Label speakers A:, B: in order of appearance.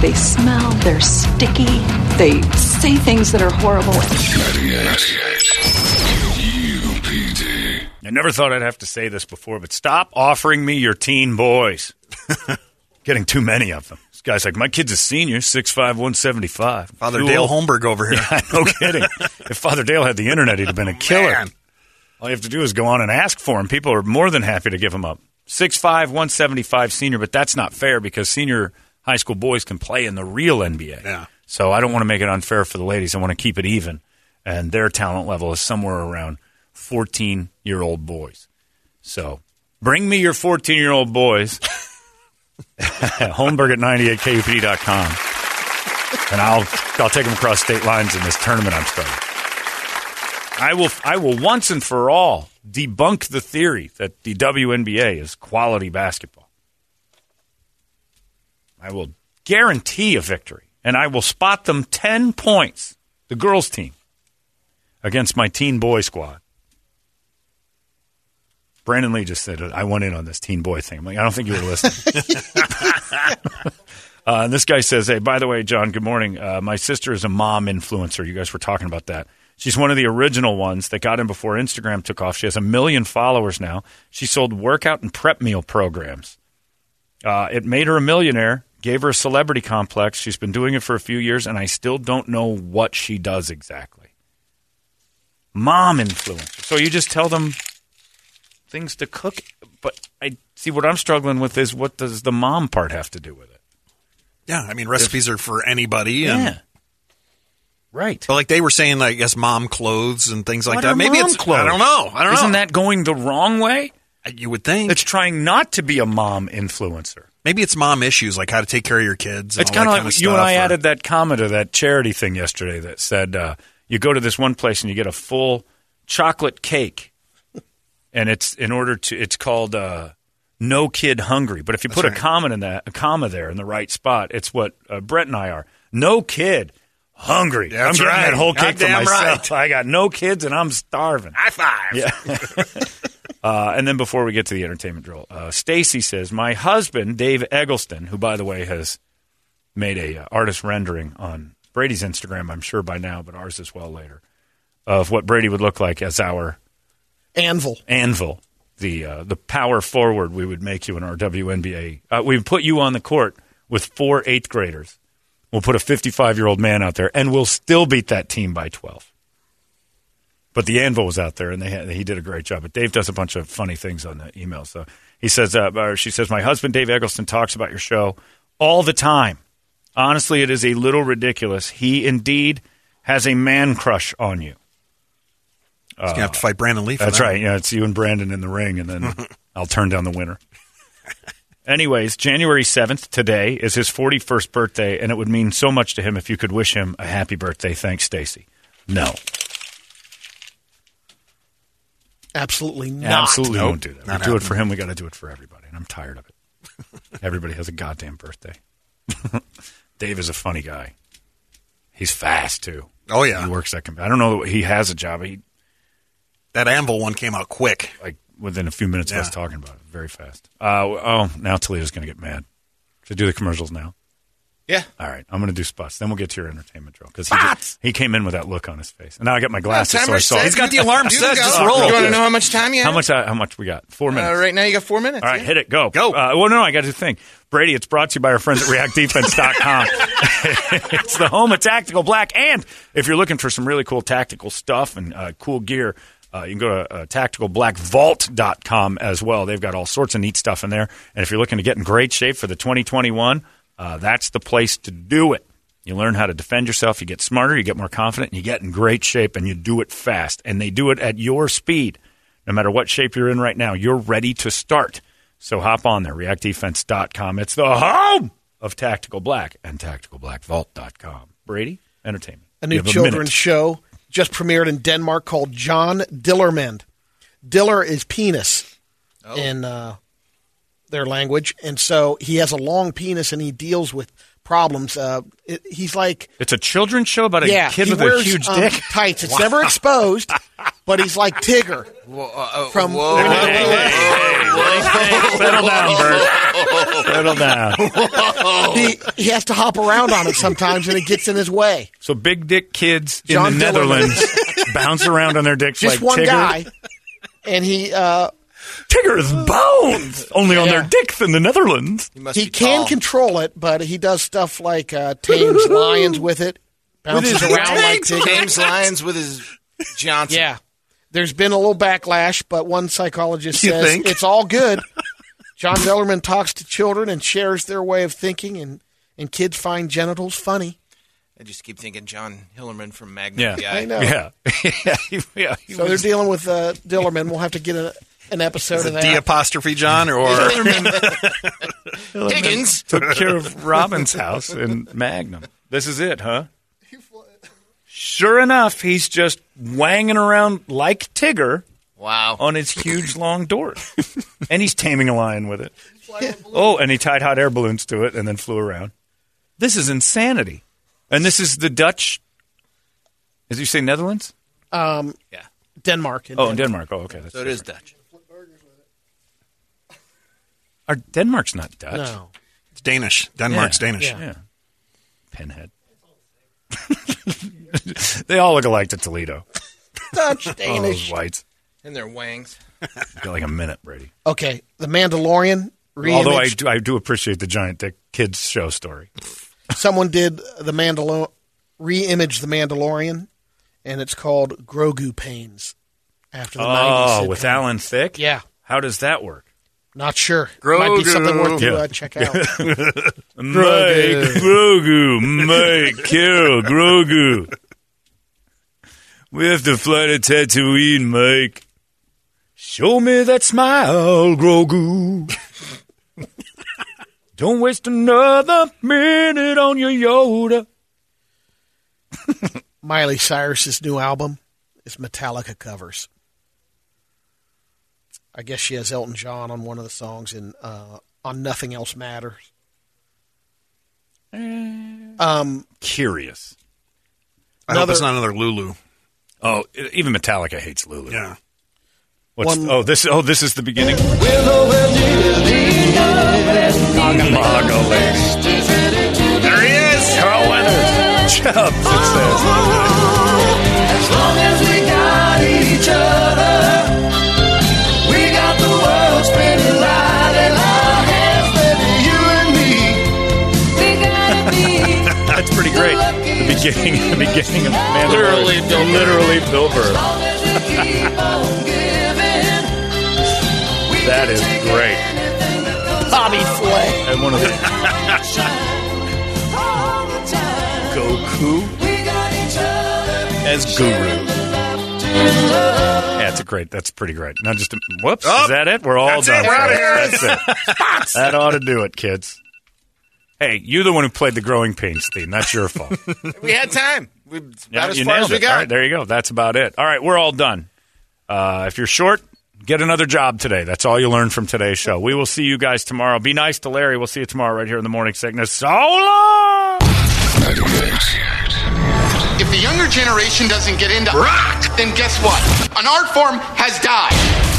A: They smell, they're sticky, they say things that are horrible.
B: 98.
C: I never thought I'd have to say this before, but stop offering me your teen boys. Getting too many of them. This guy's like, my kid's a senior, six five, one seventy five.
D: Father Dale Holmberg over here.
C: no kidding. if Father Dale had the internet, he'd have been a killer.
D: Man.
C: All you have to do is go on and ask for him. People are more than happy to give him up. Six five, one seventy five, senior, but that's not fair because senior high school boys can play in the real NBA.
D: Yeah.
C: So I don't want to make it unfair for the ladies. I want to keep it even. And their talent level is somewhere around 14 year old boys. So bring me your 14 year old boys at Holmberg at 98kupd.com. And I'll, I'll take them across state lines in this tournament I'm starting. I will I will once and for all debunk the theory that the WNBA is quality basketball. I will guarantee a victory, and I will spot them ten points, the girls' team, against my teen boy squad. Brandon Lee just said I went in on this teen boy thing. I'm like, I don't think you were listening. Uh, and this guy says, "Hey, by the way, John. Good morning. Uh, my sister is a mom influencer. You guys were talking about that. She's one of the original ones that got in before Instagram took off. She has a million followers now. She sold workout and prep meal programs. Uh, it made her a millionaire, gave her a celebrity complex. She's been doing it for a few years, and I still don't know what she does exactly. Mom influencer. So you just tell them things to cook. But I see what I'm struggling with is what does the mom part have to do with it?
D: Yeah, I mean recipes are for anybody.
C: Yeah.
D: And,
C: Right.
D: but like they were saying, like I guess mom clothes and things like
C: What
D: that.
C: are
D: Maybe
C: mom
D: it's
C: clothes?
D: I don't know. I don't
C: Isn't
D: know.
C: that going the wrong way?
D: that you would think?
C: It's trying not to be a mom influencer. It's
D: Maybe it's mom issues, like how to take care of your kids. And all
C: kind of
D: that
C: like
D: kinda
C: you and
D: stuff,
C: I
D: or-
C: added that comment to that charity thing yesterday that said uh, you go to this one place and you get a full chocolate cake, and it's in order to it's called uh, no kid hungry. But if you put a comma in that a comma there in the right spot, it's what uh, Brett and I are. No kid hungry.
D: That's
C: I'm getting
D: right.
C: that whole cake for
D: Goddamn
C: myself. I got no kids and I'm starving.
D: high five.
C: Yeah. Uh, and then before we get to the entertainment drill, uh, Stacy says, "My husband, Dave Eggleston, who by the way has made a uh, artist rendering on Brady's Instagram, I'm sure by now, but ours as well later, of what Brady would look like as our
E: Anvil.
C: anvil, the uh, the power forward we would make you in our WNBA. Uh, we would put you on the court with four eighth graders. We'll put a 55 year old man out there, and we'll still beat that team by 12. But the anvil was out there, and they had, he did a great job. But Dave does a bunch of funny things on the email. So he says, uh, or she says, my husband Dave Eggleston talks about your show all the time. Honestly, it is a little ridiculous. He indeed has a man crush on you.
D: He's gonna have to fight Brandon Lee. For
C: That's
D: that.
C: right. Yeah, it's you and Brandon in the ring, and then I'll turn down the winner. Anyways, January 7th, today, is his 41st birthday, and it would mean so much to him if you could wish him a happy birthday. Thanks, Stacy. No,
E: Absolutely not.
C: absolutely
D: Nope,
C: won't do that. We do
D: not
C: it for him. We got to do it for everybody, and I'm tired of it. everybody has a goddamn birthday. Dave is a funny guy. He's fast, too.
D: Oh yeah,
C: He works that. com- I don't know. that He has a job. He
D: that anvil one came out quick.
C: like within a few minutes of
D: Yeah.
C: us talking about it, very fast. Uh, oh, now Toledo's going to get mad. Should I do the commercials now?
E: Yeah.
C: All right, I'm going to do spots. Then we'll get to your entertainment drill because he, did- he came in with that look on his face, and now I got my glasses, so I saw.
D: He's got the alarm set. Just
C: roll.
E: You want to know how much time you
C: How
E: have?
C: much? I, how much we got? Four minutes.
E: Uh, right now, you got four minutes.
C: All right,
E: yeah.
C: hit it. Go.
D: Go.
C: Uh, well, no, I got to think. Brady, it's brought to you by our friends at reactdefense.com. it's the home of Tactical Black. And if you're looking for some really cool tactical stuff and uh, cool gear, uh, you can go to uh, tacticalblackvault.com as well. They've got all sorts of neat stuff in there. And if you're looking to get in great shape for the 2021, uh, that's the place to do it. You learn how to defend yourself, you get smarter, you get more confident, and you get in great shape, and you do it fast. And they do it at your speed. No matter what shape you're in right now, you're ready to start. So hop on there, reactdefense.com. It's the home of Tactical Black and tacticalblackvault.com. Brady, entertainment.
E: A
C: You
E: new
C: have
E: children's
C: minute.
E: show just premiered in Denmark called John Dillermand. Diller is penis in uh, their language, and so he has a long penis and he deals with problems. Uh, it, he's like
C: It's a children's show about a
E: yeah,
C: kid
E: he
C: with
E: wears,
C: a huge
E: um,
C: dick.
E: tights. It's never exposed, but he's like Tigger from.
C: Hey, hey, hey, buddy. Hey, Settle down, Bert. Settle down.
E: He, he has to hop around on it sometimes, and it gets in his way.
C: So big dick kids
E: John
C: in
E: Dillerman.
C: the Netherlands bounce around on their dicks
E: Just
C: like
E: one
C: Tigger.
E: guy, and he uh,
C: Tigger's bones only on their
E: Yeah.
C: dicks in the Netherlands.
F: must
E: he
F: be
E: can
F: tall.
E: control it, but he does stuff like uh, tames lions with it, bounces
F: his
E: around like Tigger.
F: James Lyons with his Johnson.
E: Yeah. There's been a little backlash, but one psychologist
D: You
E: says
D: think?
E: it's all good. John Dillerman talks to children and shares their way of thinking, and, and kids find genitals funny.
F: I just keep thinking John Hillerman from Magnum
C: Yeah.
F: PI.
E: I know.
C: Yeah. yeah. he- yeah, he
E: So they're
C: was-
E: dealing with uh, Dillerman. We'll have to get a, an episode of that.
D: D apostrophe John or
F: Higgins.
C: took care of Robin's house in Magnum. This is it, huh? Sure enough, he's just wanging around like Tigger
F: Wow.
C: on his huge long door. and he's taming a lion with it. Oh, and he tied hot air balloons to it and then flew around. This is insanity. And this is the Dutch. As you say, Netherlands?
E: um,
F: Yeah.
E: Denmark.
C: Oh, in Denmark. Oh, okay. That's
F: So it is Dutch.
C: Our Denmark's not Dutch.
E: No.
D: It's Danish. Denmark's
C: Yeah.
D: Danish.
C: Yeah. Pinhead. they all look alike to Toledo.
E: Dutch,
C: All those
E: Danish.
C: whites.
F: And their wangs.
C: Got like a minute, Brady.
E: Okay. The Mandalorian.
C: Although I
E: reimaged.
C: do, I do appreciate the giant dick kids show story.
E: Someone did the Mandalor re-image the Mandalorian, and it's called Grogu Pains. After the 90s
C: Oh,
E: sitcom.
C: with Alan Thick.
E: Yeah.
C: How does that work?
E: Not sure. Might be something worth to
C: Yeah.
E: uh, check out.
C: Mike Grogu, Mike Carol Grogu. We have to fly to Tatooine, Mike. Show me that smile, Grogu. Don't waste another minute on your Yoda.
E: Miley Cyrus's new album is Metallica covers. I guess she has Elton John on one of the songs and uh, on Nothing Else Matters. Um,
C: Curious.
D: I hope it's not another Lulu.
C: Oh, e- even Metallica hates Lulu.
D: Yeah.
C: What's,
E: One-
C: oh, this. Oh, this is the beginning. There he is, Carl Weathers. Chubbs, it says. That's pretty great. The beginning, the beginning of Mandalorian.
F: Literally Bill Burr.
C: literally Bill Burr. That is great.
E: Bobby Flay.
C: And one of the Goku as Guru. Yeah, it's a great. That's pretty great. Now, just a, whoops.
D: Oh,
C: is that it? We're all
D: that's
C: done.
D: it. We're outta here.
C: That's it. that ought to do it, kids. Hey, you're the one who played the Growing Pains theme. That's your fault.
F: We had time. We about
C: Yeah,
F: as
C: you
F: far
C: nailed
F: as we
C: it.
F: got.
C: All right, there you go. That's about it. All right, we're all done. Uh, if you're short, get another job today. That's all you learned from today's show. We will see you guys tomorrow. Be nice to Larry. We'll see you tomorrow right here in the morning sickness. So long.
G: If the younger generation doesn't get into rock, then guess what? An art form has died.